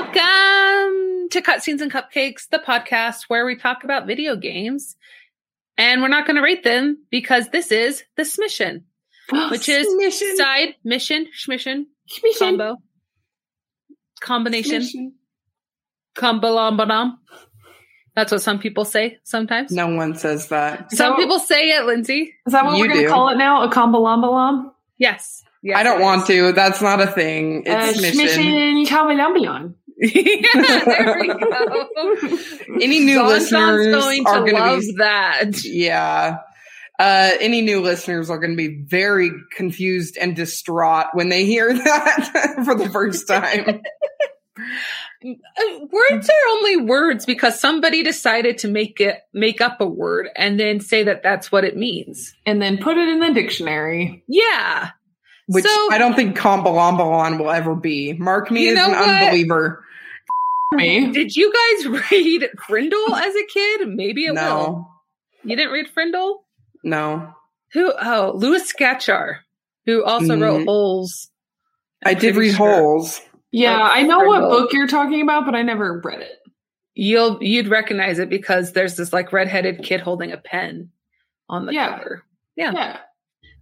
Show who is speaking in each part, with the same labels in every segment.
Speaker 1: Welcome to Cutscenes and Cupcakes, the podcast where we talk about video games. And we're not going to rate them because this is the Smission,
Speaker 2: Oh,
Speaker 1: which is
Speaker 2: Submission.
Speaker 1: side mission, schmission,
Speaker 2: Submission.
Speaker 1: combo, combination,
Speaker 2: Submission.
Speaker 1: combalombanam. That's what some people say sometimes.
Speaker 2: No one says that.
Speaker 1: Some
Speaker 2: So-
Speaker 1: people say it, Lindsay.
Speaker 3: Is that what
Speaker 2: You
Speaker 3: we're going
Speaker 2: do.
Speaker 3: to call it now? A combalombalom?
Speaker 1: Yes. yes
Speaker 2: I don't want to. That's not a thing.
Speaker 3: Uh,
Speaker 2: It's mission.
Speaker 3: schmission combalombalom.
Speaker 1: yeah, there we go.
Speaker 2: Any new
Speaker 1: Zonzon's
Speaker 2: listeners
Speaker 1: going to
Speaker 2: are going to
Speaker 1: love
Speaker 2: be.
Speaker 1: that.
Speaker 2: Yeah. Uh, any new listeners are going to be very confused and distraught when they hear that for the first time.
Speaker 1: Uh, words are only words because somebody decided to make it make up a word and then say that that's what it means.
Speaker 3: And then put it in the dictionary.
Speaker 1: Yeah.
Speaker 2: Which
Speaker 1: So-
Speaker 2: I don't think Combalombalon will ever be. Mark me
Speaker 1: You
Speaker 2: as
Speaker 1: know
Speaker 2: an
Speaker 1: what?
Speaker 2: unbeliever.
Speaker 3: Me.
Speaker 1: Did you guys read Frindle as a kid? Maybe it will.
Speaker 2: No.
Speaker 1: You didn't read Frindle?
Speaker 2: No.
Speaker 1: Who? Oh, Louis Scatchar, who also
Speaker 2: Mm.
Speaker 1: wrote Holes.
Speaker 2: I
Speaker 1: I'm
Speaker 2: did
Speaker 1: pretty
Speaker 2: read
Speaker 1: sure.
Speaker 2: holes.
Speaker 3: Yeah,
Speaker 1: Like,
Speaker 3: I know what
Speaker 1: Frindle.
Speaker 3: book you're talking about, but I never read it.
Speaker 1: You'll you'd recognize it because there's this like redheaded kid holding a pen on the
Speaker 3: Yeah.
Speaker 1: cover Yeah.
Speaker 3: Yeah. yeah.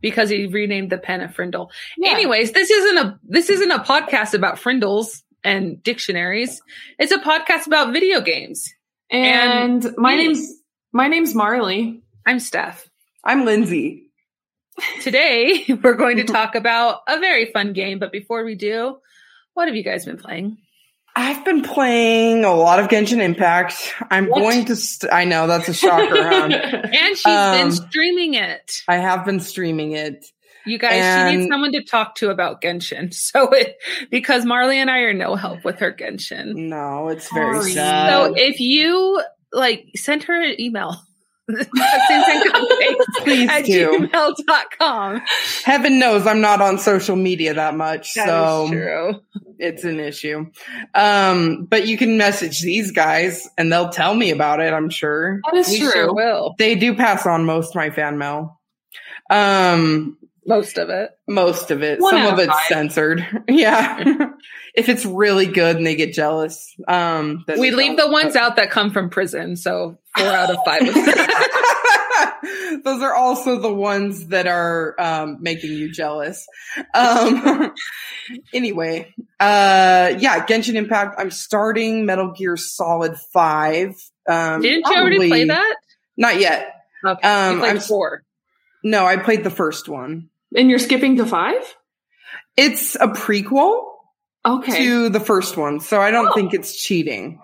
Speaker 1: because he renamed the pen a Frindle. Anyways, this isn't a this isn't a podcast about frindles and dictionaries. It's a podcast about video games.
Speaker 3: and, my
Speaker 1: me.
Speaker 3: name's my name's Marley.
Speaker 1: I'm Steph.
Speaker 2: I'm Lindsay.
Speaker 1: Today we're going to talk about a very fun game, but before we do, what have you guys been playing?
Speaker 2: I've been playing a lot of Genshin Impact. I'm
Speaker 3: What?
Speaker 2: going to. St- I know that's a shocker. huh?
Speaker 1: And she's
Speaker 2: Um,
Speaker 1: been streaming it.
Speaker 2: I have been streaming it.
Speaker 1: You guys, she needs
Speaker 2: and-
Speaker 1: someone to talk to about Genshin. So it because Marley and I are no help with her Genshin.
Speaker 2: No, it's very
Speaker 3: Sorry.
Speaker 2: sad.
Speaker 1: So if you like send her an email. Please at
Speaker 2: do.
Speaker 1: gmail.com.
Speaker 2: Heaven knows I'm not on social media that much,
Speaker 1: That is
Speaker 2: so
Speaker 1: true.
Speaker 2: it's an issue. Um, but you can message these guys, and they'll tell me about it. I'm sure
Speaker 3: that is
Speaker 1: We
Speaker 3: true.
Speaker 1: sure will.
Speaker 2: they do pass on most of my fan mail. Um,
Speaker 1: Most of it.
Speaker 2: most of it.
Speaker 3: One
Speaker 2: Some
Speaker 3: out
Speaker 2: of
Speaker 3: of
Speaker 2: it's
Speaker 3: five.
Speaker 2: censored. yeah, if it's really good and they get jealous. Um, that
Speaker 1: We
Speaker 2: they
Speaker 1: leave
Speaker 2: don't.
Speaker 1: the ones out that come from prison. So four out of five. Was
Speaker 2: Those are also the ones that are um, making you jealous. Um, anyway, uh, yeah, Genshin Impact. I'm starting Metal Gear Solid Five. Um,
Speaker 1: Didn't you already play
Speaker 2: probably-
Speaker 1: that?
Speaker 2: Not yet.
Speaker 1: Okay.
Speaker 2: Um,
Speaker 1: you played
Speaker 2: I'm s-
Speaker 1: four.
Speaker 2: No, I played the first one.
Speaker 3: And you're skipping to five?
Speaker 2: It's a prequel
Speaker 3: Okay.
Speaker 2: to the first one, so I don't
Speaker 3: Oh.
Speaker 2: think it's cheating.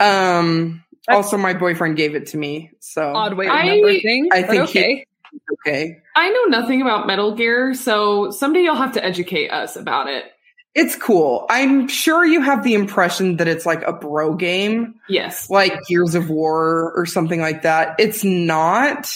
Speaker 2: Um,
Speaker 1: That's-
Speaker 2: also, my boyfriend gave it to me, so
Speaker 1: Odd way to
Speaker 3: I-
Speaker 1: remember things.
Speaker 2: I
Speaker 1: but
Speaker 2: think he-
Speaker 1: okay.
Speaker 2: okay.
Speaker 3: I know nothing about Metal Gear, so someday you'll have to educate us about it.
Speaker 2: It's cool. I'm sure you have the impression that it's like a bro game,
Speaker 3: Yes.
Speaker 2: like Gears of War or something like that. It's not.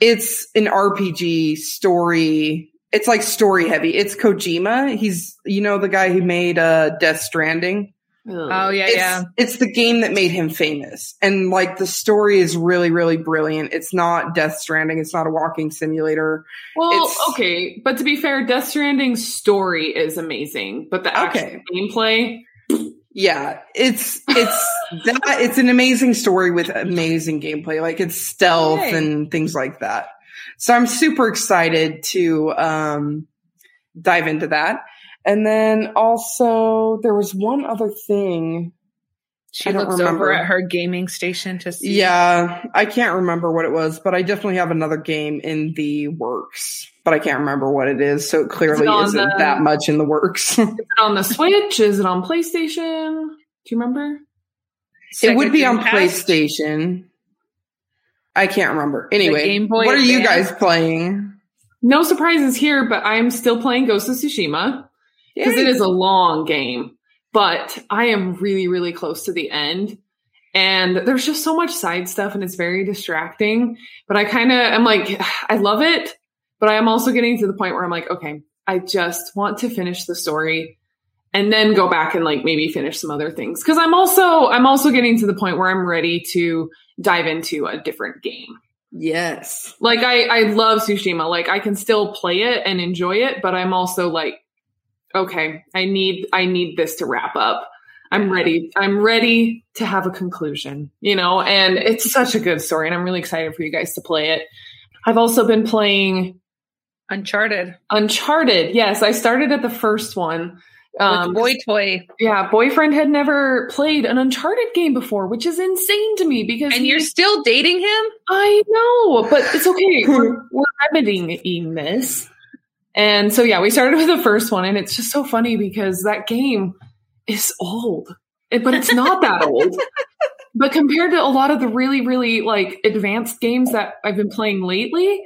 Speaker 2: It's an RPG story. It's like story heavy. It's Kojima. He's you know the guy who made uh Death Stranding.
Speaker 1: oh yeah,
Speaker 2: it's,
Speaker 1: yeah.
Speaker 2: it's the game that made him famous. And like the story is really, really brilliant. It's not Death Stranding, it's not a walking simulator.
Speaker 3: Well,
Speaker 2: It's-
Speaker 3: okay, but to be fair, Death Stranding's story is amazing, but the actual
Speaker 2: Okay.
Speaker 3: gameplay,
Speaker 2: Yeah, it's it's that it's an amazing story with amazing gameplay. Like it's stealth
Speaker 1: Yay.
Speaker 2: and things like that. So I'm super excited to um dive into that. And then also there was one other thing.
Speaker 1: She
Speaker 2: I don't
Speaker 1: looks over
Speaker 2: remember.
Speaker 1: at her gaming station to see.
Speaker 2: Yeah, I can't remember what it was, but I definitely have another game in the works, but I can't remember what it is. So it clearly
Speaker 3: on
Speaker 2: isn't
Speaker 3: the-
Speaker 2: that much in the works.
Speaker 3: is it on the Switch? Is it on PlayStation? Do you remember?
Speaker 2: it would
Speaker 1: Sega
Speaker 2: be on
Speaker 1: Dreamcast.
Speaker 2: PlayStation. I can't remember. Anyway,
Speaker 1: Game Boy
Speaker 2: what are you
Speaker 1: Advance?
Speaker 2: guys playing?
Speaker 3: No surprises here, but I'm still playing Ghost of Tsushima because it is a long game, but I am really, really close to the end. And there's just so much side stuff and it's very distracting. But I kind of am like, I love it, but I am also getting to the point where I'm like, okay, I just want to finish the story and then go back and like maybe finish some other things. Cause I'm also, I'm also getting to the point where I'm ready to dive into a different game.
Speaker 2: Yes.
Speaker 3: Like I, I love Tsushima. Like I can still play it and enjoy it, but I'm also like, okay, I need, I need this to wrap up. I'm ready. I'm ready to have a conclusion, you know, and it's such a good story. And I'm really excited for you guys to play it. I've also been playing
Speaker 1: Uncharted.
Speaker 3: Uncharted. Yes, I started at the first one.
Speaker 1: Um, Boy Toy.
Speaker 3: Yeah, boyfriend had never played an Uncharted game before, which is insane to me because.
Speaker 1: And you're still dating him?
Speaker 3: I know, but it's okay. we're, we're remedying this. And so, yeah, we started with the first one, and it's just so funny because that game is old, It- but it's not that old. But compared to a lot of the really, really like advanced games that I've been playing lately,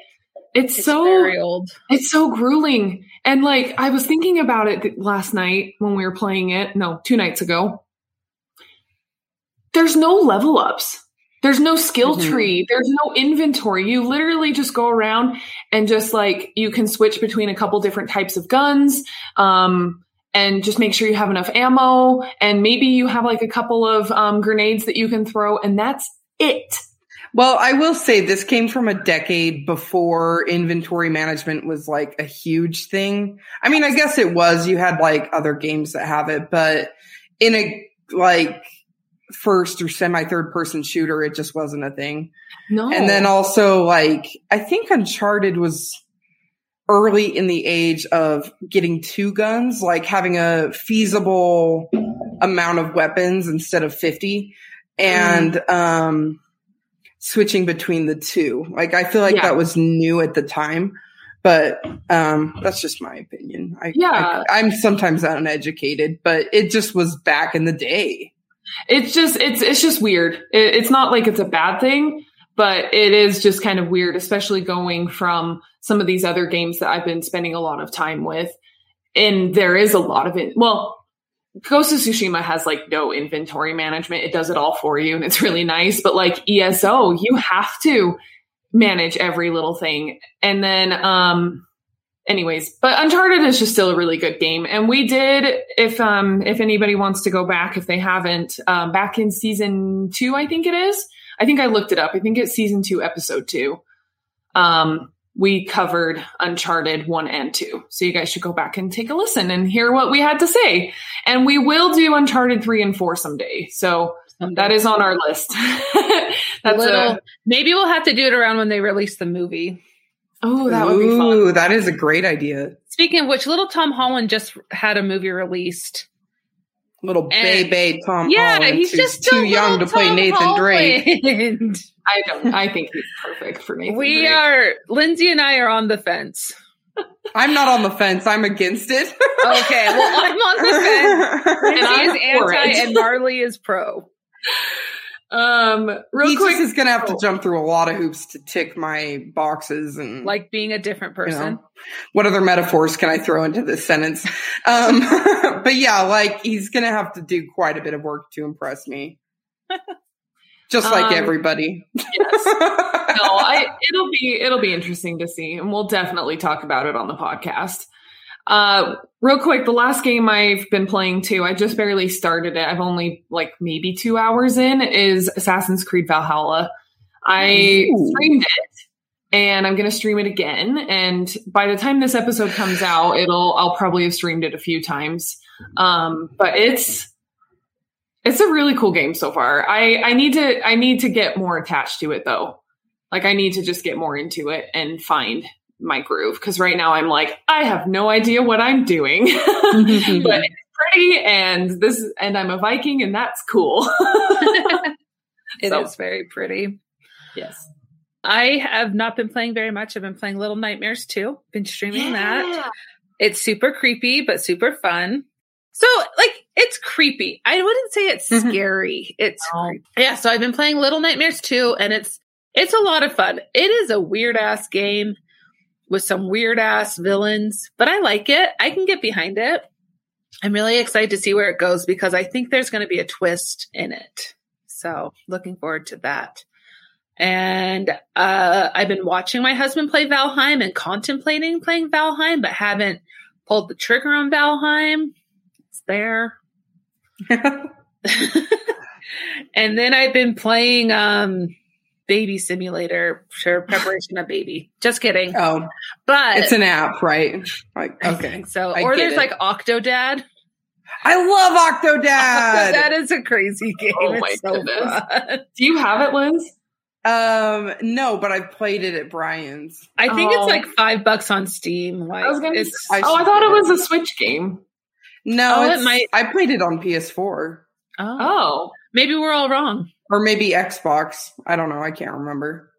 Speaker 3: it's,
Speaker 1: It's
Speaker 3: so
Speaker 1: very old.
Speaker 3: it's so grueling. And like I was thinking about it th- last night when we were playing it, no, two nights ago. There's no level ups. There's no skill
Speaker 2: Mhm.
Speaker 3: tree. There's no inventory. You literally just go around and just like you can switch between a couple different types of guns. Um and just make sure you have enough ammo and maybe you have like a couple of um, grenades that you can throw and that's it.
Speaker 2: Well, I will say this came from a decade before inventory management was like a huge thing. I mean, I guess it was. You had like other games that have it, but in a like first or semi third person shooter, it just wasn't a thing.
Speaker 3: No.
Speaker 2: And then also like I think Uncharted was early in the age of getting two guns, like having a feasible amount of weapons instead of 50 and
Speaker 3: Mm.
Speaker 2: um switching between the two. Like I feel like
Speaker 3: Yeah.
Speaker 2: that was new at the time. But um, that's just my opinion. I,
Speaker 3: Yeah.
Speaker 2: I, I'm sometimes uneducated, but it just was back in the day.
Speaker 3: it's just it's it's just weird it, it's not like it's a bad thing but it is just kind of weird especially going from some of these other games that i've been spending a lot of time with and there is a lot of it well ghost of tsushima has like no inventory management it does it all for you and it's really nice but like eso you have to manage every little thing and then um anyways but uncharted is just still a really good game and we did if um if anybody wants to go back if they haven't um back in season two i think it is i think i looked it up i think it's season two episode two um we covered uncharted one and two so you guys should go back and take a listen and hear what we had to say and we will do uncharted three and four someday so that is on our list that's
Speaker 1: little.
Speaker 3: a,
Speaker 1: maybe we'll have to do it around when they release the movie.
Speaker 3: oh that would be fun
Speaker 2: Ooh, that is a great idea.
Speaker 1: Speaking of which, little Tom Holland just had a movie released.
Speaker 2: Little
Speaker 1: And-
Speaker 2: baby Tom.
Speaker 1: yeah,
Speaker 2: Holland,
Speaker 1: he's
Speaker 2: who's
Speaker 1: just
Speaker 2: too
Speaker 1: still
Speaker 2: young to
Speaker 1: little
Speaker 2: play
Speaker 1: Tom
Speaker 2: Nathan Drake.
Speaker 1: Holland.
Speaker 3: i don't i think he's perfect for me
Speaker 1: We are Lindsay and I are on the fence.
Speaker 2: I'm not on the fence. I'm against it.
Speaker 1: Okay, well I'm on the fence. Lindsay
Speaker 3: I'm
Speaker 1: is
Speaker 3: for
Speaker 1: anti
Speaker 3: it.
Speaker 1: and Marley is pro.
Speaker 3: Um, real
Speaker 2: he
Speaker 3: quick,
Speaker 2: just is gonna have to jump through a lot of hoops to tick my boxes and
Speaker 1: Like being a different
Speaker 2: you know,
Speaker 1: person.
Speaker 2: what other metaphors can I throw into this sentence? Um, but yeah, like he's gonna have to do quite a bit of work to impress me, just like
Speaker 3: Um,
Speaker 2: everybody.
Speaker 3: yes. no, I, it'll be it'll be interesting to see, and we'll definitely talk about it on the podcast. Uh, real quick, the last game I've been playing too, I just barely started it. I've only like maybe two hours in is Assassin's Creed Valhalla. I
Speaker 2: Ooh.
Speaker 3: streamed it, and I'm gonna stream it again. And by the time this episode comes out, it'll I'll probably have streamed it a few times. Um, but it's it's a really cool game so far. I I need to I need to get more attached to it though. Like I need to just get more into it and find my groove because right now I'm like I have no idea what I'm doing. but it's pretty and this and I'm a Viking and that's cool.
Speaker 1: It is
Speaker 3: So-
Speaker 1: very pretty.
Speaker 3: yes.
Speaker 1: I have not been playing very much. I've been playing Little Nightmares too. Been streaming that. It's super creepy, but super fun. So, like, it's creepy. I wouldn't say it's
Speaker 2: Mhm.
Speaker 1: scary. It's
Speaker 3: No.
Speaker 2: Um,
Speaker 1: creepy. yeah. So I've been playing Little Nightmares too, and it's it's a lot of fun. It is a weird ass game with some weird ass villains, but I like it. I can get behind it. I'm really excited to see where it goes because I think there's going to be a twist in it. So looking forward to that. And uh, I've been watching my husband play Valheim and contemplating playing Valheim, but haven't pulled the trigger on Valheim. It's there. and then I've been playing um, Baby Simulator for preparation of baby. Just kidding.
Speaker 2: oh,
Speaker 1: But
Speaker 2: it's an app, right? Like
Speaker 1: I
Speaker 2: okay.
Speaker 1: think so.
Speaker 2: I
Speaker 1: or
Speaker 2: get
Speaker 1: there's
Speaker 2: it.
Speaker 1: like Octodad.
Speaker 2: I love Octodad.
Speaker 1: that is a crazy game.
Speaker 3: Oh
Speaker 1: it's
Speaker 3: my
Speaker 1: so
Speaker 3: goodness.
Speaker 1: fun.
Speaker 3: Do you have it, Liz?
Speaker 2: um, no, but I've played it at Brian's.
Speaker 1: I think
Speaker 3: Oh.
Speaker 1: it's like five bucks on Steam. Like
Speaker 3: I was gonna
Speaker 1: it's
Speaker 2: I
Speaker 3: oh, I
Speaker 2: should
Speaker 3: thought
Speaker 2: get
Speaker 3: it was a Switch game.
Speaker 2: No,
Speaker 1: Oh, it
Speaker 2: it's,
Speaker 1: might-
Speaker 2: I played it on PS4
Speaker 1: oh,
Speaker 3: Oh,
Speaker 1: maybe we're all wrong.
Speaker 2: or maybe Xbox. I don't know. I can't remember.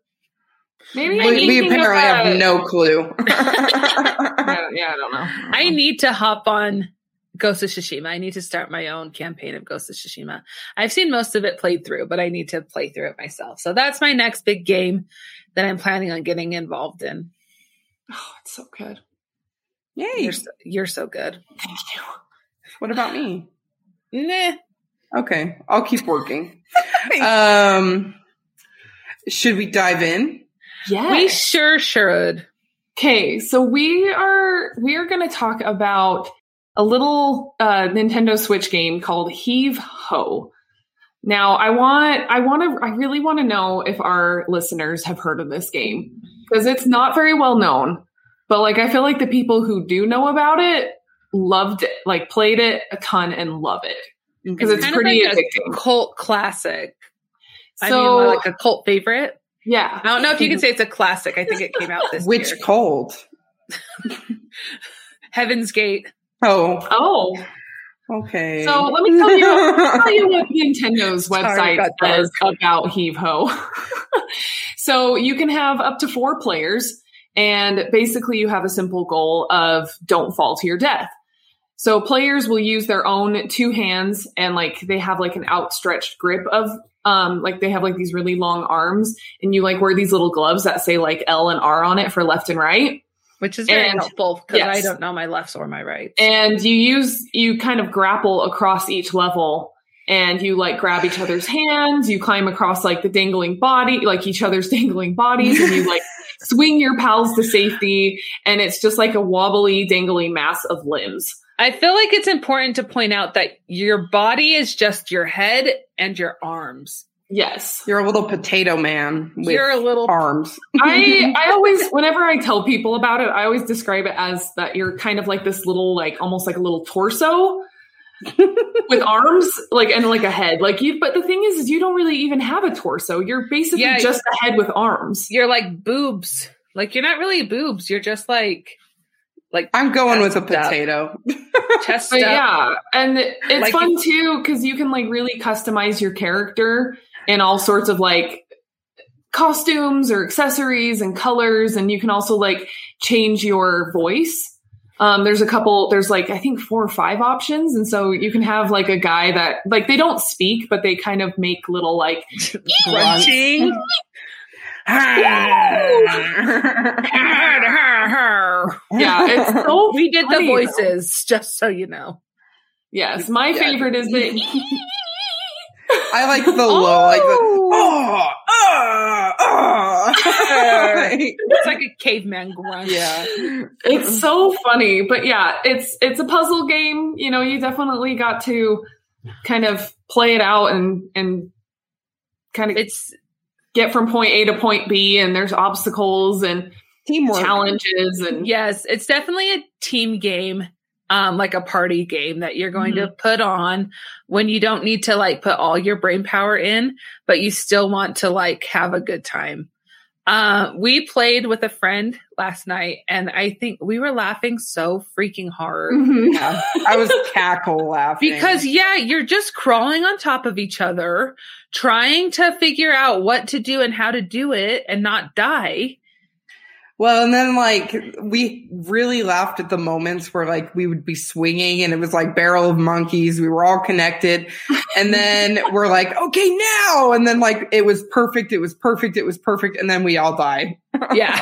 Speaker 3: maybe I
Speaker 2: We,
Speaker 3: need
Speaker 2: we
Speaker 3: to
Speaker 2: apparently
Speaker 3: look
Speaker 2: have
Speaker 3: at-
Speaker 2: no clue.
Speaker 3: I don't- yeah, I don't know.
Speaker 1: I need to hop on Ghost of Tsushima. I need to start my own campaign of Ghost of Tsushima. I've seen most of it played through, but I need to play through it myself. So that's my next big game that I'm planning on getting involved in.
Speaker 3: Oh, it's so good.
Speaker 2: Yay!
Speaker 1: You're so, you're so good.
Speaker 3: Thank you.
Speaker 2: What about me?
Speaker 1: Nah.
Speaker 2: Okay, I'll keep working. um, should we dive in?
Speaker 3: Yeah.
Speaker 1: We sure should.
Speaker 3: Okay, so we are we are going to talk about a little uh, Nintendo Switch game called Heave Ho. Now, I want I want to I really want to know if our listeners have heard of this game because it's not very well known. But like I feel like the people who do know about it loved it, like played it a ton and love it because it's
Speaker 1: Kind of
Speaker 3: pretty
Speaker 1: like a
Speaker 3: addicting.
Speaker 1: Cult classic. I
Speaker 3: so
Speaker 1: mean, like a cult favorite.
Speaker 3: yeah,
Speaker 1: I don't know if you can say it's a classic. I think it came out this
Speaker 2: Which
Speaker 1: year.
Speaker 2: cold?
Speaker 1: Heaven's Gate.
Speaker 2: Oh,
Speaker 3: oh,
Speaker 2: okay.
Speaker 3: So let me tell you tell you what Nintendo's
Speaker 1: Sorry,
Speaker 3: website
Speaker 1: got dark.
Speaker 3: says about Heave Ho. so you can have up to four players, and basically you have a simple goal of don't fall to your death. So players will use their own two hands and like they have like an outstretched grip of um like they have like these really long arms and you like wear these little gloves that say like L and R on it for left and right.
Speaker 1: which is very
Speaker 3: And-
Speaker 1: helpful because
Speaker 3: yes.
Speaker 1: I don't know my lefts or my rights.
Speaker 3: and you use you kind of grapple across each level and you like grab each other's hands you climb across like the dangling body like each other's dangling bodies and you like swing your pals to safety and it's just like a wobbly dangly mass of limbs
Speaker 1: I feel like it's important to point out that your body is just your head and your arms.
Speaker 3: yes
Speaker 2: You're a little potato man with
Speaker 1: You're a little
Speaker 2: arms.
Speaker 3: i i always whenever i tell people about it i always describe it as that you're kind of like this little like almost like a little torso with arms like and like a head like you but the thing is is you don't really even have a torso you're basically
Speaker 1: Yeah.
Speaker 3: just a head with arms
Speaker 1: you're like boobs. Like you're not really boobs. You're just like like
Speaker 2: I'm going with a
Speaker 1: Messed up.
Speaker 2: potato.
Speaker 1: chest
Speaker 3: But
Speaker 1: up.
Speaker 3: yeah, and it's
Speaker 1: Like
Speaker 3: fun too because you can like really customize your character in all sorts of like costumes or accessories and colors, and you can also like change your voice. Um, there's a couple. There's like I think four or five options, and so you can have like a guy that like they don't speak, but they kind of make little like
Speaker 1: Crunching.
Speaker 3: yeah. It's so
Speaker 1: we did the
Speaker 3: funny, though.
Speaker 1: voices, just so you know.
Speaker 3: Yes, my
Speaker 2: Yeah.
Speaker 3: favorite is the
Speaker 2: I like the low, like the oh, oh, oh.
Speaker 1: It's like a caveman grunt.
Speaker 2: yeah.
Speaker 3: It's so funny, but yeah, it's it's a puzzle game. You know, you definitely got to kind of play it out and and kind of
Speaker 1: It's
Speaker 3: get from point A to point B. And there's obstacles and
Speaker 2: Teamwork.
Speaker 3: challenges and
Speaker 1: Yes, it's definitely a team game, um, like a party game that you're going to put on when you don't need to like put all your brain power in, but you still want to like have a good time. Uh, we played with a friend last night and I think we were laughing so freaking hard.
Speaker 3: Mhm.
Speaker 2: Yeah. I was cackle laughing.
Speaker 1: Because yeah, you're just crawling on top of each other, trying to figure out what to do and how to do it and not die.
Speaker 2: Well, and then like we really laughed at the moments where like we would be swinging and it was like barrel of monkeys. We were all connected. And then we're like, okay, now. And then like it was perfect. It was perfect. It was perfect. And then we all died.
Speaker 1: Yeah.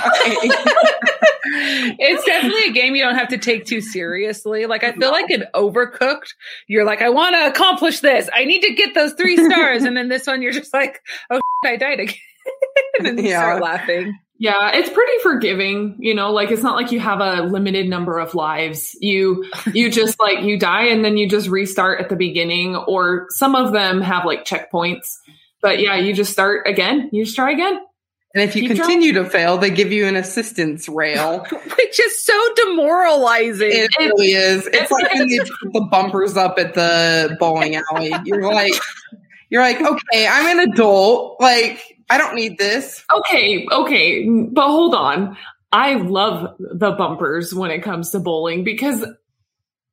Speaker 1: it's definitely a game you don't have to take too seriously. Like I feel like an overcooked, you're like, I want to accomplish this. I need to get those three stars, and then this one, you're just like, oh, I died again, and then you
Speaker 2: Yeah.
Speaker 1: start laughing.
Speaker 3: yeah, it's pretty forgiving. You know, like it's not like you have a limited number of lives. You you just like you die and then you just restart at the beginning, or some of them have like checkpoints. But yeah, you just start again. You just try again.
Speaker 2: And if you
Speaker 3: Keep
Speaker 2: continue to fail, they give you an assistance rail.
Speaker 1: which is so demoralizing.
Speaker 2: It really is. It's like when they put the bumpers up at the bowling alley. You're like, you're like, okay, I'm an adult. Like, I don't need this.
Speaker 3: Okay, okay, but hold on. I love the bumpers when it comes to bowling because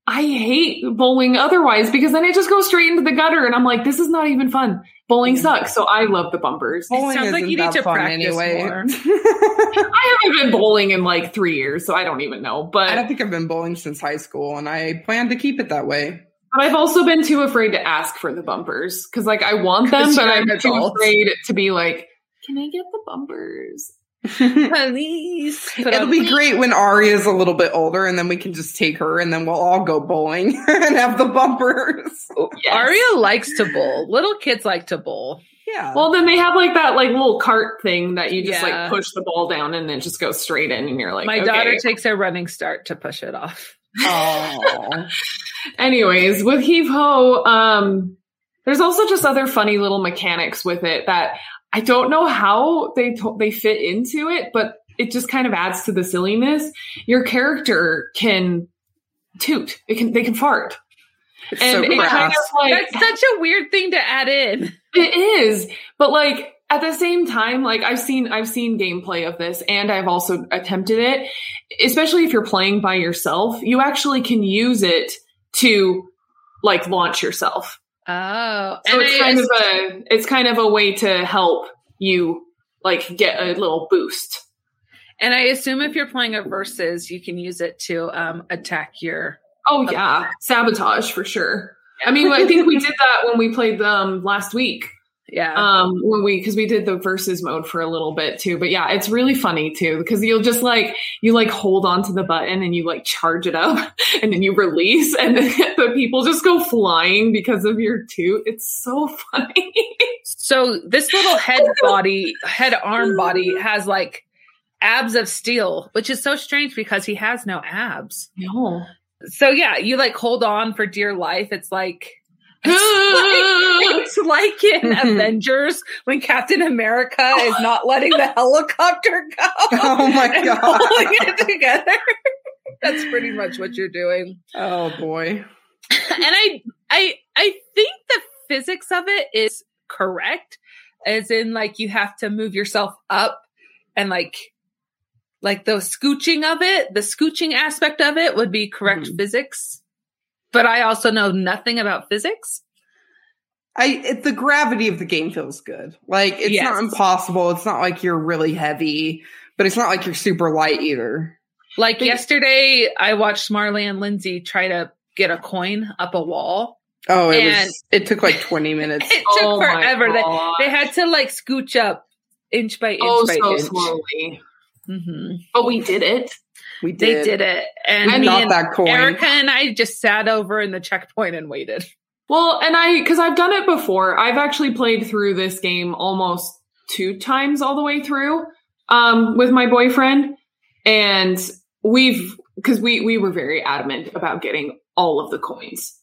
Speaker 3: I hate bowling otherwise because then I just go straight into the gutter and I'm like, this is not even fun. Bowling sucks. So I love the bumpers.
Speaker 1: It sounds like
Speaker 2: isn't
Speaker 1: you need
Speaker 2: that
Speaker 1: to
Speaker 2: fun
Speaker 1: practice more.
Speaker 3: I haven't been bowling in like three years, so I don't even know.
Speaker 2: I
Speaker 3: But
Speaker 2: don't think I've been bowling since high school, and I plan to keep it that way.
Speaker 3: but I've also been too afraid to ask for the bumpers because like I want them,
Speaker 1: 'Cause
Speaker 3: but
Speaker 1: you're
Speaker 3: I'm
Speaker 1: an
Speaker 3: too
Speaker 1: adult.
Speaker 3: afraid to be like, can I get the bumpers?
Speaker 1: Please.
Speaker 2: It'll be great when Ari is a little bit older, and then we can just take her, and then we'll all go bowling and have the bumpers.
Speaker 3: Yes.
Speaker 1: Aria likes to bowl. Little kids like to bowl.
Speaker 2: Yeah.
Speaker 3: Well, then they have like that like little cart thing that you just
Speaker 1: Yeah.
Speaker 3: like push the ball down and it just goes straight in, and you're like,
Speaker 1: My
Speaker 3: okay.
Speaker 1: daughter takes a running start to push it off.
Speaker 2: oh.
Speaker 3: Anyways, with heave ho, um, there's also just other funny little mechanics with it that I don't know how they to- they fit into it, but it just kind of adds to the silliness. Your character can toot; it can they can fart,
Speaker 2: It's
Speaker 3: and
Speaker 2: so
Speaker 3: it kind
Speaker 2: crass.
Speaker 3: of like
Speaker 1: That's such a weird thing to add in.
Speaker 3: It is, but like at the same time, like I've seen I've seen gameplay of this, and I've also attempted it. Especially if you're playing by yourself, you actually can use it to like launch yourself.
Speaker 1: Oh,
Speaker 3: So
Speaker 1: and
Speaker 3: it's
Speaker 1: I-
Speaker 3: kind of a it's kind of a way to help you like get a little boost.
Speaker 1: And I assume if you're playing a versus, you can use it to um, attack your.
Speaker 3: Oh yeah, sabotage for sure. I mean, I think we did that when we played um, last week.
Speaker 1: Yeah.
Speaker 3: um when we because we did the versus mode for a little bit too but yeah it's really funny too because you'll just like you like hold on to the button and you like charge it up and then you release and then the people just go flying because of your toot it's so funny
Speaker 1: so this little head body, head arm body has like abs of steel, which is so strange because he has no abs.
Speaker 3: no
Speaker 1: So yeah, you like hold on for dear life. It's like. It's like in
Speaker 2: Mhm.
Speaker 1: Avengers when Captain America is not letting the helicopter go.
Speaker 2: Oh my
Speaker 1: and
Speaker 2: God.
Speaker 1: Pulling it together. That's pretty much what you're doing.
Speaker 2: oh boy.
Speaker 1: and I I I think the physics of it is correct, as in like you have to move yourself up and like like the scooching of it, the scooching aspect of it would be correct
Speaker 3: Mm-hmm.
Speaker 2: Mhm.
Speaker 1: physics. But I also know nothing about physics.
Speaker 2: I it, the gravity of the game feels good. Like it's
Speaker 1: Yes.
Speaker 2: not impossible. It's not like you're really heavy, but it's not like you're super light either.
Speaker 1: Like
Speaker 3: But-
Speaker 1: yesterday, I watched Marley and Lindsay try to get a coin up a wall.
Speaker 2: Oh, it
Speaker 1: And-
Speaker 2: was. It took like 20 minutes.
Speaker 1: It took
Speaker 3: Oh my
Speaker 1: forever. They,
Speaker 3: God.
Speaker 1: they had to like scooch up inch by inch
Speaker 3: oh
Speaker 1: by
Speaker 3: so
Speaker 1: inch.
Speaker 3: slowly
Speaker 1: hmm
Speaker 3: but we did it
Speaker 2: We
Speaker 1: They
Speaker 2: did.
Speaker 1: did it, and
Speaker 2: We
Speaker 1: me
Speaker 2: got
Speaker 1: and
Speaker 2: that coin.
Speaker 1: Erica and I just sat over in the checkpoint and waited.
Speaker 3: Well, and I because I've done it before. I've actually played through this game almost two times all the way through um, with my boyfriend, and we've because we we were very adamant about getting all of the coins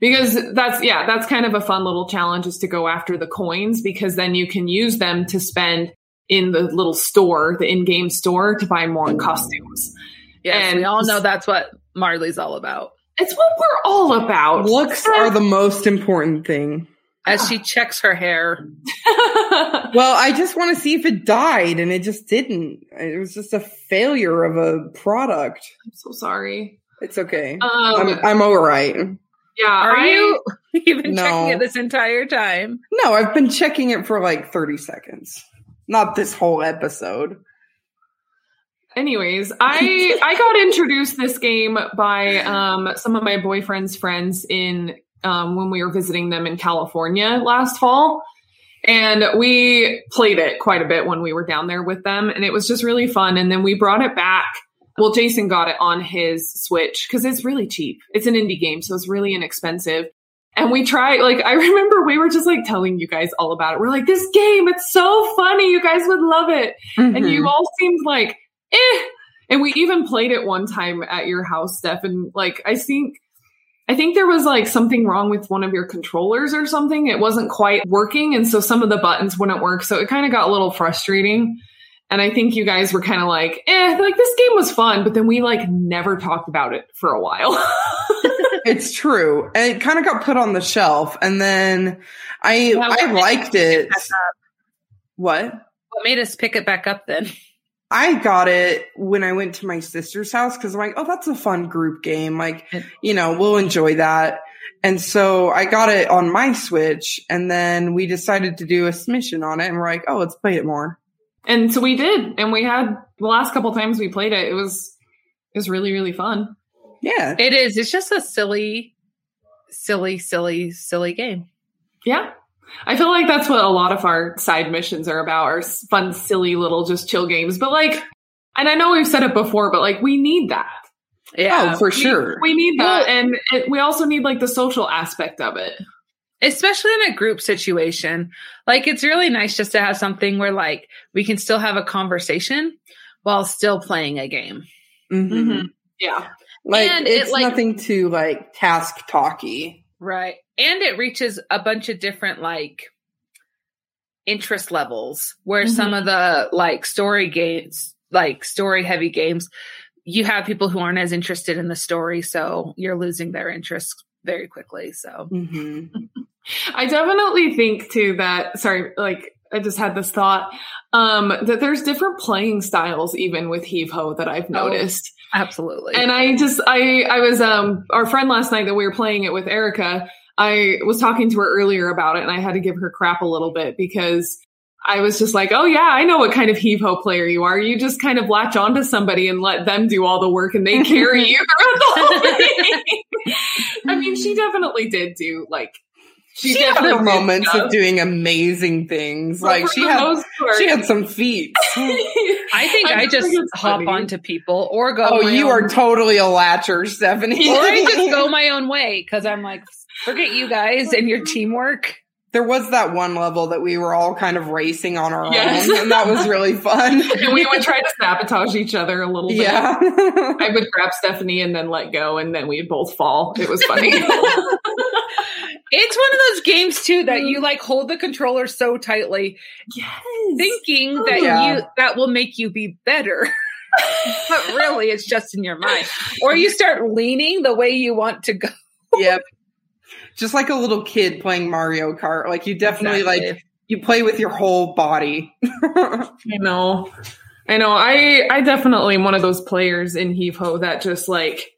Speaker 3: because that's yeah that's kind of a fun little challenge is to go after the coins because then you can use them to spend in the little store the in-game store to buy more costumes
Speaker 1: Yes,
Speaker 3: And-
Speaker 1: we all know that's what Marley's all about.
Speaker 3: it's what we're all about
Speaker 2: Looks are the most important thing.
Speaker 1: As she checks her hair,
Speaker 2: Well, I just want to see if it died, and it just didn't. It was just a failure of a product.
Speaker 3: i'm so sorry
Speaker 2: It's okay.
Speaker 3: um,
Speaker 2: I'm, I'm all right.
Speaker 3: Yeah.
Speaker 1: are
Speaker 3: I-
Speaker 1: you? You've been
Speaker 2: No.
Speaker 1: checking it this entire time.
Speaker 2: No, I've been checking it for like 30 seconds. Not this whole episode.
Speaker 3: Anyways, I I got introduced this game by um, some of my boyfriend's friends in um, when we were visiting them in California last fall, and we played it quite a bit when we were down there with them, and it was just really fun. And then we brought it back. Well, Jason got it on his Switch because it's really cheap. It's an indie game, so it's really inexpensive. And we tried, like, I remember we were just like telling you guys all about it. We're like, this game, it's so funny. You guys would love it
Speaker 2: Mm-hmm.
Speaker 3: and you all seemed like eh. And we even played it one time at your house, Steph, and like I think I think there was like something wrong with one of your controllers or something. It wasn't quite working, and so some of the buttons wouldn't work. So it kind of got a little frustrating. And I think you guys were kind of like, eh, like this game was fun, but then we like never talked about it for a while.
Speaker 2: It's true. And it kind of got put on the shelf. And then I
Speaker 1: Well,
Speaker 2: I
Speaker 1: what
Speaker 2: liked
Speaker 1: made us pick
Speaker 2: it.
Speaker 1: back up-
Speaker 2: What?
Speaker 1: What made us pick it back up then?
Speaker 2: I got it when I went to my sister's house because I'm like, oh, that's a fun group game. Like, you know, we'll enjoy that. And so I got it on my Switch, and then we decided to do a mission on it, and we're like, oh, let's play it more.
Speaker 3: and so we did. And we had the last couple times we played it, it was it was really, really fun.
Speaker 2: Yeah,
Speaker 1: It is. It's just a silly, silly, silly, silly game.
Speaker 3: Yeah. I feel like that's what a lot of our side missions are about, are s- fun, silly little just chill games. But like and I know we've said it before, but like we need that.
Speaker 1: Yeah.
Speaker 2: oh, for
Speaker 3: We-
Speaker 2: sure.
Speaker 3: We need that.
Speaker 1: Well-
Speaker 3: And it, we also need like the social aspect of it.
Speaker 1: Especially in a group situation. Like it's really nice just to have something where like we can still have a conversation while still playing a game.
Speaker 2: Mhm.
Speaker 3: Yeah.
Speaker 2: Like,
Speaker 1: mm-hmm. And it,
Speaker 2: it's
Speaker 1: like-
Speaker 2: nothing too like task talky.
Speaker 1: Right. And it reaches a bunch of different like interest levels where
Speaker 3: Mhm.
Speaker 1: some of the like story games, like story heavy games, you have people who aren't as interested in the story. So you're losing their interest very quickly. So
Speaker 2: hmm
Speaker 3: I definitely think too that, sorry, like I just had this thought, um, that there's different playing styles even with Heave Ho that I've
Speaker 1: Oh.
Speaker 3: noticed.
Speaker 1: absolutely.
Speaker 3: And I just I I was um our friend last night that we were playing it with Erica. I was talking to her earlier about it, and I had to give her crap a little bit because I was just like, "Oh yeah, I know what kind of heave ho player you are. You just kind of latch onto somebody and let them do all the work, and they carry you throughout the whole thing." I mean, she definitely did do like she,
Speaker 2: She had her
Speaker 3: definitely did
Speaker 2: moments
Speaker 3: stuff,
Speaker 2: of doing amazing things.
Speaker 3: but
Speaker 2: Like
Speaker 3: for
Speaker 2: she
Speaker 3: the
Speaker 2: had
Speaker 3: most part-
Speaker 2: she had some feats.
Speaker 1: I think
Speaker 3: I
Speaker 1: I,
Speaker 3: just
Speaker 1: just
Speaker 3: think it's
Speaker 1: hop
Speaker 3: funny.
Speaker 1: onto people or go.
Speaker 2: oh,
Speaker 1: my
Speaker 2: you
Speaker 1: own-
Speaker 2: are totally a latcher, Stephanie.
Speaker 1: or I just go my own way because I'm like, forget you guys and your teamwork.
Speaker 2: There was that one level that we were all kind of racing on our
Speaker 3: Yes.
Speaker 2: own, and that was really fun.
Speaker 3: and we would try to sabotage each other a little bit.
Speaker 2: yeah.
Speaker 3: I would grab Stephanie and then let go, and then we'd both fall. It was funny.
Speaker 1: It's one of those games too that you like hold the controller so tightly,
Speaker 3: yes.
Speaker 1: thinking that
Speaker 2: Yeah.
Speaker 1: you that will make you be better. but really, it's just in your mind. Or you start leaning the way you want to go.
Speaker 2: yep. Just like a little kid playing Mario Kart. Like you definitely like
Speaker 1: Exactly.
Speaker 2: you play with your whole body.
Speaker 3: I know. I know. I I definitely am one of those players in Heave Ho that just like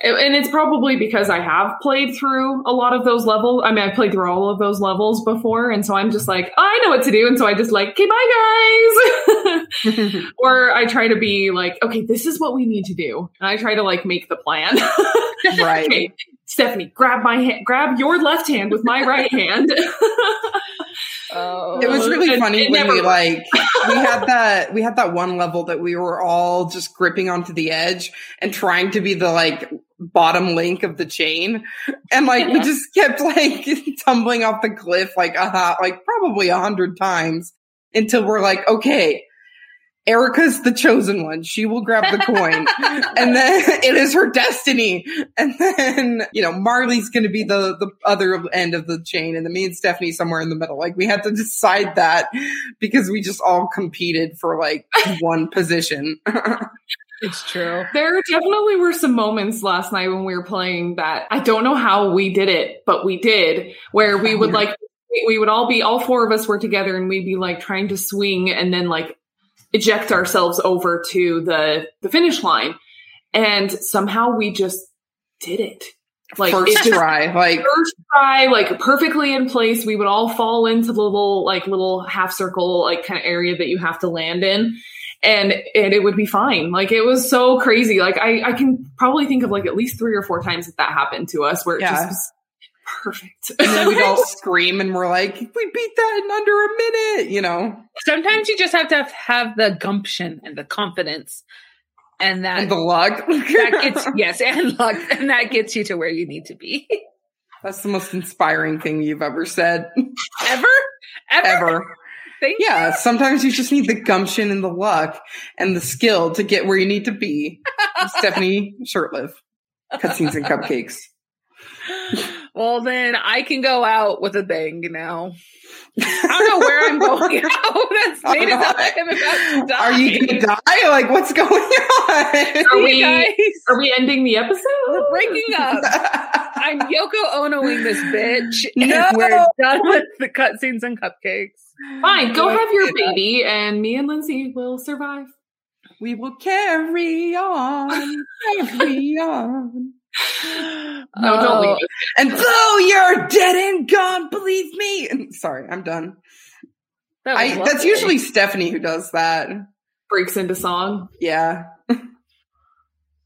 Speaker 3: and it's probably because I have played through a lot of those levels. I mean, I've played through all of those levels before, and so I'm just like, oh, I know what to do, and so I just like, okay, bye guys. or I try to be like, okay, this is what we need to do, and I try to like make the plan.
Speaker 2: right.
Speaker 3: okay, Stephanie, grab my hand, grab your left hand with my right hand.
Speaker 1: Oh,
Speaker 2: It was really
Speaker 3: It-
Speaker 2: funny
Speaker 3: it
Speaker 2: when
Speaker 3: never
Speaker 2: we
Speaker 3: worked.
Speaker 2: like we had that we had that one level that we were all just gripping onto the edge and trying to be the like bottom link of the chain, and like we
Speaker 3: Yeah.
Speaker 2: just kept like tumbling off the cliff like a uh like probably a hundred times until we're like okay. Erica's the chosen one. She will grab the coin. and then it is her destiny. And then, you know, Marley's going to be the, the other end of the chain and then me and Stephanie somewhere in the middle. Like we had to decide that because we just all competed for like one position.
Speaker 1: it's true.
Speaker 3: There definitely were some moments last night when we were playing that I don't know how we did it, but we did, where we would like, we- we would all be, all four of us were together and we'd be like trying to swing and then like eject ourselves over to the, the finish line. And somehow we just did it. Like, it
Speaker 2: First
Speaker 3: just-
Speaker 2: try. Like,
Speaker 3: first try, like perfectly in place. We would all fall into the little, like little half circle, like kind of area that you have to land in. And, and it would be fine. Like it was so crazy. Like I, I can probably think of like at least three or four times that that happened to us where it
Speaker 2: Yeah.
Speaker 3: just was perfect.
Speaker 2: and then we'd all scream and we're like, we beat that in under a minute, you know,
Speaker 1: Sometimes you just have to have, have the gumption and the confidence, and that
Speaker 2: and the luck.
Speaker 1: that gets yes and luck and that gets you to where you need to be
Speaker 2: That's the most inspiring thing you've ever said,
Speaker 1: ever ever,
Speaker 2: ever.
Speaker 1: Thank you.
Speaker 2: Yeah, sometimes you just need the gumption and the luck and the skill to get where you need to be. Stephanie Shirtliff, cutscenes and cupcakes.
Speaker 1: Well, then I can go out with a bang now. I don't know where I'm going out. That's
Speaker 2: All
Speaker 1: made it sound like
Speaker 2: right.
Speaker 1: I'm about to die.
Speaker 2: Are you gonna die? Like, what's going on?
Speaker 3: Are
Speaker 1: You
Speaker 3: we-
Speaker 1: guys,
Speaker 3: Are we ending the episode?
Speaker 1: we're breaking up. I'm Yoko Onoing this bitch. and
Speaker 2: No.
Speaker 1: we're done with the cutscenes and cupcakes.
Speaker 3: Fine, go
Speaker 2: Yeah.
Speaker 3: have your baby, and me and Lindsay will survive.
Speaker 2: we will carry on, carry on.
Speaker 3: No, don't
Speaker 2: Oh.
Speaker 1: Oh,
Speaker 3: leave. us.
Speaker 2: And though you're dead and gone, believe me. And- sorry, I'm done.
Speaker 1: That was
Speaker 2: I, that's
Speaker 1: lovely.
Speaker 2: usually Stephanie who does that.
Speaker 3: Breaks into song.
Speaker 2: Yeah,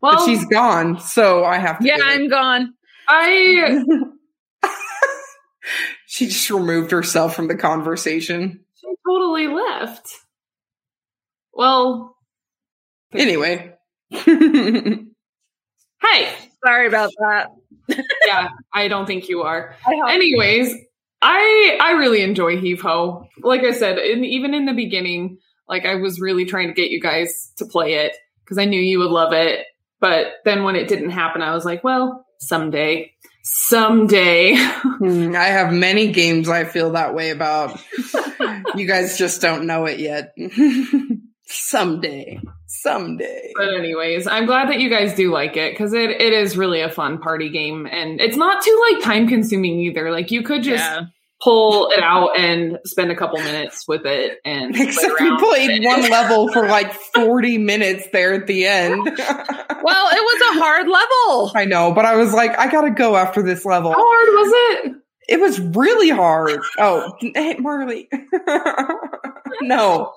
Speaker 3: Well,
Speaker 2: but she's gone, so I have to.
Speaker 1: Yeah,
Speaker 2: do it.
Speaker 1: I'm gone.
Speaker 3: I
Speaker 2: She just removed herself from the conversation.
Speaker 3: she totally left. Well,
Speaker 2: Anyway. Anyway,
Speaker 3: hey,
Speaker 1: Sorry about that.
Speaker 3: yeah, I don't think you are.
Speaker 1: I hope-
Speaker 3: Anyways, I I really enjoy heave ho. Like I said, in, even in the beginning, like I was really trying to get you guys to play it because I knew you would love it. But then when it didn't happen, I was like, well, someday, someday.
Speaker 2: I have many games I feel that way about. you guys just don't know it yet. someday, someday.
Speaker 3: But anyways, I'm glad that you guys do like it because it, it is really a fun party game and it's not too like time consuming either. Like you could just
Speaker 1: yeah.
Speaker 3: pull it out and spend a couple minutes with it and play
Speaker 2: Except we
Speaker 3: around with
Speaker 2: played
Speaker 3: it.
Speaker 2: one level for like 40 minutes there at the end.
Speaker 1: Well, it was a hard level.
Speaker 2: I know, but I was like, I gotta go after this level.
Speaker 3: How hard was it?
Speaker 2: It was really hard. Oh, hey, Marley. no.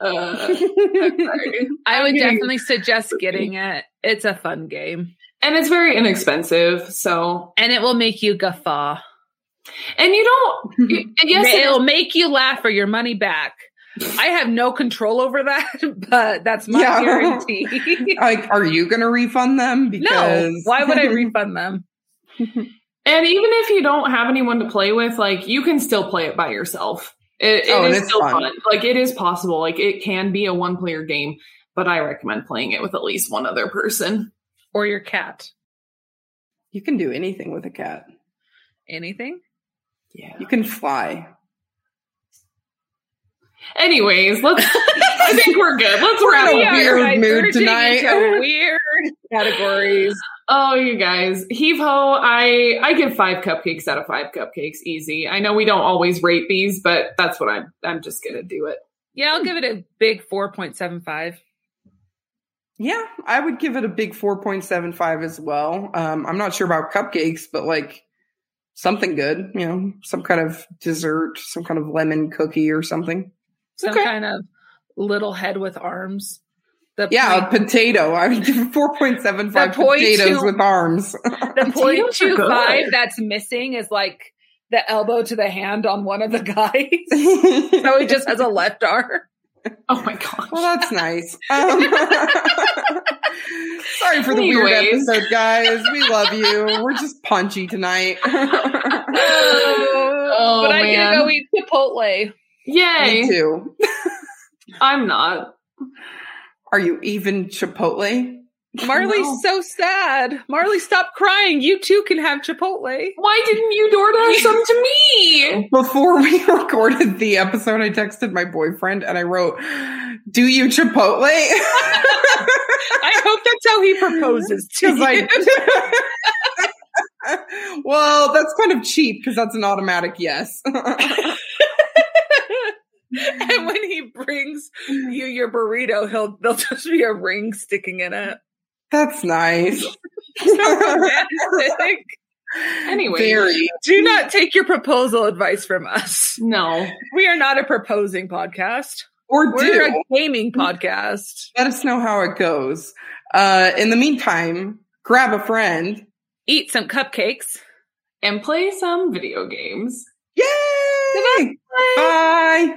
Speaker 3: Uh, sorry.
Speaker 1: I would
Speaker 3: getting-
Speaker 1: definitely suggest getting it. It's a fun game.
Speaker 3: and it's very inexpensive. So,
Speaker 1: And it will make you guffaw.
Speaker 3: and you don't. y- Yes, it-
Speaker 1: it'll make you laugh for your money back. I have no control over that, but that's my
Speaker 2: Yeah.
Speaker 1: guarantee.
Speaker 2: like, are you gonna refund them?
Speaker 1: no,
Speaker 2: Because
Speaker 1: why would I refund them?
Speaker 3: and even if you don't have anyone to play with, like you can still play it by yourself. It, it
Speaker 2: Oh, and
Speaker 3: is
Speaker 2: it's
Speaker 3: still
Speaker 2: fun.
Speaker 3: fun. Like it is possible. Like it can be a one-player game, but I recommend playing it with at least one other person.
Speaker 1: Or your cat?
Speaker 2: you can do anything with a cat.
Speaker 1: Anything?
Speaker 3: Yeah.
Speaker 2: You can fly.
Speaker 3: Anyways, let's. I think we're good. Let's
Speaker 2: We're
Speaker 3: wrap
Speaker 2: in a
Speaker 3: up.
Speaker 2: weird mood
Speaker 1: diverging
Speaker 2: tonight.
Speaker 1: into weird categories.
Speaker 3: Oh, you guys, heave ho! I I give five cupcakes out of five cupcakes, easy. I know we don't always rate these, but that's what I'm. I'm just gonna do it.
Speaker 1: Yeah, I'll give it a big 4.75.
Speaker 2: Yeah, I would give it a big 4.75 as well. Um, I'm not sure about cupcakes, but like something good, you know, some kind of dessert, some kind of lemon cookie or something.
Speaker 1: Some
Speaker 2: Okay.
Speaker 1: kind of little head with arms. The
Speaker 2: Yeah, a potato. I would give it 4.75
Speaker 1: The poi
Speaker 2: potatoes
Speaker 1: too.
Speaker 2: with arms.
Speaker 1: the point
Speaker 3: Potatoes are
Speaker 1: two five
Speaker 3: good.
Speaker 1: that's missing is like the elbow to the hand on one of the guys. so he just has a left arm.
Speaker 3: Oh my gosh!
Speaker 2: Well, that's nice. Um, sorry for the weird
Speaker 3: Anyways.
Speaker 2: episode, guys. We love you. We're just punchy tonight.
Speaker 3: Oh,
Speaker 1: but I'm
Speaker 3: man.
Speaker 1: gonna go eat Chipotle.
Speaker 2: Me
Speaker 3: Yay!
Speaker 2: too.
Speaker 3: I'm not.
Speaker 2: Are you even Chipotle?
Speaker 1: Marley's
Speaker 3: No.
Speaker 1: so sad. Marley, stop crying. You too can have Chipotle.
Speaker 3: Why didn't you DoorDash some to me?
Speaker 2: Before we recorded the episode, I texted my boyfriend and I wrote, "Do you Chipotle?"
Speaker 1: I hope that's how he proposes to you.
Speaker 2: Because I. well, that's kind of cheap because that's an automatic yes.
Speaker 1: and when he brings you your burrito, he'll there'll just be a ring sticking in it.
Speaker 2: that's nice.
Speaker 1: So romantic.
Speaker 3: Anyway,
Speaker 2: Very.
Speaker 1: Do not take your proposal advice from us.
Speaker 3: no.
Speaker 1: We are not a proposing podcast.
Speaker 2: Or do.
Speaker 1: We're a gaming podcast.
Speaker 2: let us know how it goes. Uh, in the meantime, grab a friend.
Speaker 1: Eat some cupcakes.
Speaker 3: And play some video games.
Speaker 2: Yay! Bye.